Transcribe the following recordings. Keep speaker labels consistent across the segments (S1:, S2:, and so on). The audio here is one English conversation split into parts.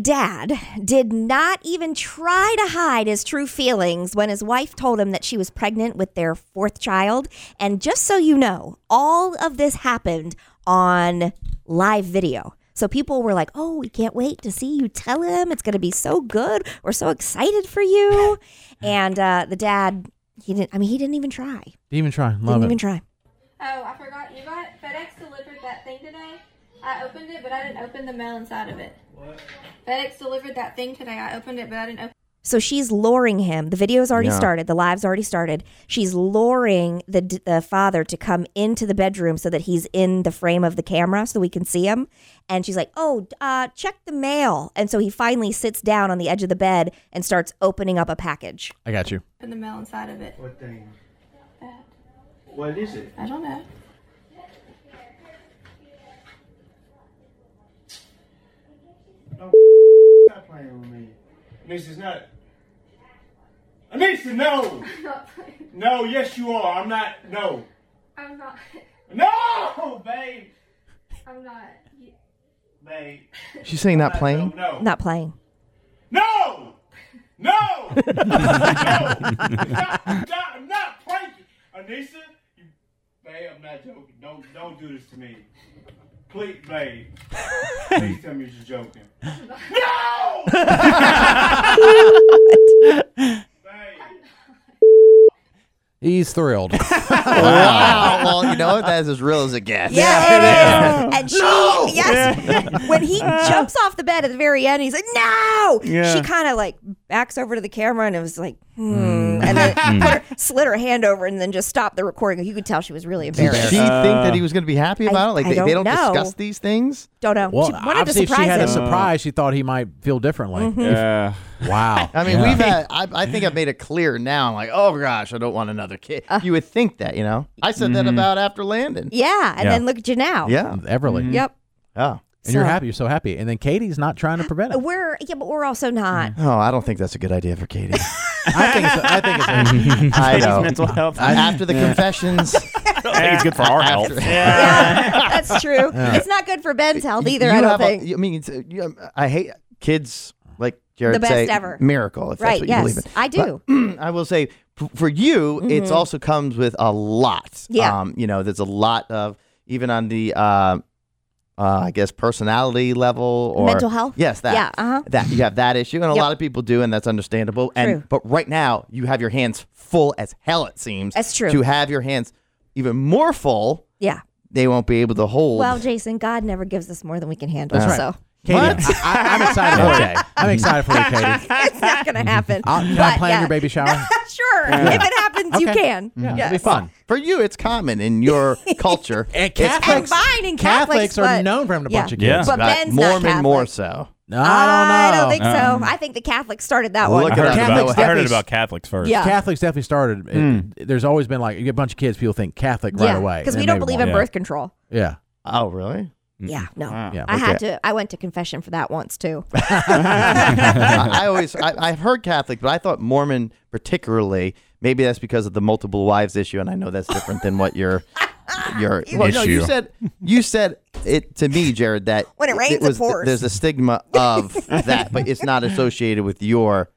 S1: dad did not even try to hide his true feelings when his wife told him that she was pregnant with their fourth child. And just so you know, all of this happened on live video. So people were like, oh, we can't wait to see you tell him. It's going to be so good. We're so excited for you. And uh, the dad, he didn't, I mean, he didn't even try.
S2: Didn't even try. Love
S1: didn't
S2: it.
S1: even try.
S3: Oh, I forgot. You got FedEx delivered that thing today. I opened it, but I didn't open the mail inside of it. What? FedEx delivered that thing today. I opened it, but I didn't open.
S1: So she's luring him. The video's already
S2: Yeah.
S1: started. The live's already started. She's luring the, d- the father to come into the bedroom so that he's in the frame of the camera so we can see him. And she's like, oh, uh, check the mail. And so he finally sits down on the edge of the bed and starts opening up a package.
S2: I got you.
S3: Open the mail inside of it.
S4: What thing? What is it?
S3: I don't know.
S4: Stop playing with me. Anisha, not. Anisha, no!
S3: I'm not playing.
S4: No, yes, you are. I'm not. No.
S3: I'm not.
S4: No! Babe!
S3: I'm not.
S4: Babe.
S2: She's saying not playing.
S4: No! No!
S1: Not playing.
S4: No! No! no! Stop, stop! I'm not pranking! Anisha, you, babe, I'm not joking. Don't, don't do this to me. Please, babe. Please tell me you're joking. No! babe.
S2: He's thrilled.
S5: Wow. well, you know what? That's as real as it gets.
S1: Yeah. And she, yes, when he jumps off the bed at the very end, he's like, no.
S6: Yeah.
S1: She kind of like backs over to the camera and it was like, hmm. And then put her, slid her hand over and then just stopped the recording. You could tell she was really
S5: Did
S1: embarrassed.
S5: she think that he was going to be happy about it? Like
S1: Uh, I
S5: they, they
S1: don't
S5: don't
S1: know.
S5: discuss these things.
S1: Don't know.
S2: Well,
S1: she wanted to
S2: obviously, if she
S1: surprise
S2: had
S1: him. Mm-hmm.
S2: a surprise, she thought he might feel differently.
S6: Yeah.
S2: Wow.
S5: I mean,
S2: Yeah.
S5: we've had. I, I think I've made it clear now. I'm like, oh gosh, I don't want another kid.
S1: Uh.
S5: you would think that, you know. I said
S1: Mm-hmm.
S5: that about after Landon.
S1: yeah, and
S2: Yeah.
S1: then look at you now.
S5: Yeah.
S2: Everly.
S1: Yep.
S5: Oh.
S2: And you're
S1: So-
S2: happy. You're so happy. And then Katie's not trying to prevent it.
S1: We're yeah, but we're also not.
S5: Oh, I don't think that's a good idea for Katie.
S2: I think it's. I think it's.
S5: I
S6: Katie's
S5: know.
S6: mental health.
S5: after the confessions,
S6: I think it's good for our health.
S1: That's true. It's not good for Ben's health either.
S5: you
S1: I don't
S5: have a-
S1: think.
S5: I mean, it's, uh, you, um, I hate kids like Jared
S1: The best
S5: say,
S1: ever.
S5: miracle. If
S1: Right,
S5: That's what
S1: yes,
S5: You believe in.
S1: I do. Mm-hmm.
S5: But, I will say f- for you, it's also comes with a lot.
S1: Yeah.
S5: Um, you know, there's a lot of even on the. Uh, uh, I guess personality level or
S1: Mental health?
S5: Yes, that.
S1: Yeah, uh-huh.
S5: That you have that issue, and a
S1: Yep.
S5: lot of people do, and that's understandable.
S1: True.
S5: And but right now you have your hands full as hell. It seems
S1: That's true.
S5: To have your hands even more full,
S1: yeah.
S5: they won't be able to hold.
S1: Well, Jason, God never gives us more than we can handle.
S5: That's
S1: So
S2: Katie,
S5: What?
S2: I, I, am excited.
S5: Okay.
S2: For you. I'm excited for you, Katie.
S1: it's not gonna happen.
S2: I'll, can I
S1: But,
S2: plan
S1: yeah.
S2: your baby shower?
S1: sure. If it happens, you
S2: Okay.
S1: can.
S2: Yeah,
S1: Yes.
S2: it'll be fun.
S5: For you, it's common in your culture.
S2: And
S5: It's
S2: Catholics,
S1: And mine and Catholics,
S2: Catholics
S1: but-
S2: are known for having a
S1: yeah.
S2: bunch of
S6: Yeah.
S2: kids.
S1: But
S5: not-
S1: Ben's
S5: Mormon
S1: not Catholic.
S5: more so.
S2: No, I don't know. Mm.
S1: think so. I think the Catholics started that
S5: Look
S1: one.
S5: it up.
S6: I heard, about, I heard
S2: Catholics-
S6: it about Catholics first.
S1: Yeah.
S2: Catholics definitely started. it-
S5: Hmm.
S2: there's always been like you get a bunch of kids. People think Catholic right
S1: yeah,
S2: away
S1: because
S2: and
S1: we
S2: then
S1: don't
S2: they
S1: believe
S2: won't.
S1: in
S6: Yeah.
S1: birth control.
S2: Yeah.
S5: Oh, really?
S1: Yeah, no.
S2: Yeah.
S1: I had
S5: Okay.
S1: to. I went to confession for that once too.
S5: I, I always, I, I've heard Catholic, but I thought Mormon particularly. Maybe that's because of the multiple wives issue, and I know that's different than what your your well, No, you
S6: Issue.
S5: said you said it to me, Jared. That
S1: When it rains, it
S5: was,
S1: pours.
S5: There's a stigma of that, but it's not associated with your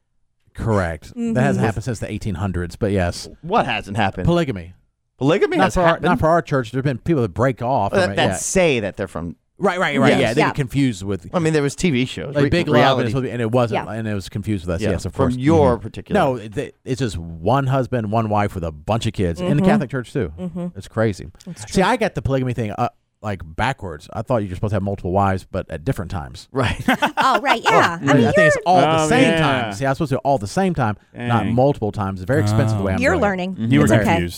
S2: Correct.
S1: Mm-hmm.
S2: That hasn't happened since the 1800s. But yes,
S5: what hasn't happened.
S2: polygamy.
S5: Polygamy
S2: Not
S5: has
S2: for our,
S5: happened.
S2: not for our church. There've been people that break off.
S5: Well,
S2: from
S5: that,
S2: it,
S5: that
S2: yeah.
S5: say that they're from.
S2: Right, right, right.
S1: Yes.
S2: Yeah, they
S1: Yeah.
S2: get confused with
S5: I mean, there was TV shows,
S2: like
S5: re-
S2: big love, and,
S5: reality.
S2: it's supposed to be- and it wasn't,
S1: Yeah.
S2: and it was confused with us.
S5: Yeah,
S2: Yes, of
S5: from
S2: course. Mm-hmm.
S5: your particular.
S2: No, th- it's just one husband, one wife with a bunch of kids in the
S1: Mm-hmm.
S2: Catholic Church too. It's crazy. See, I got the polygamy thing uh, like backwards. I thought you were supposed to have multiple wives, but at different times.
S5: right.
S1: Oh right, yeah. I
S2: I,
S1: mean,
S2: think it's all at the
S6: Oh,
S2: same
S6: yeah.
S2: time. See, I was supposed to do it all at the same time, not
S6: Dang.
S2: you're, multiple times. It's very expensive the way I'm
S1: you're
S2: doing it.
S1: learning.
S6: You were
S1: it's okay.
S6: confused.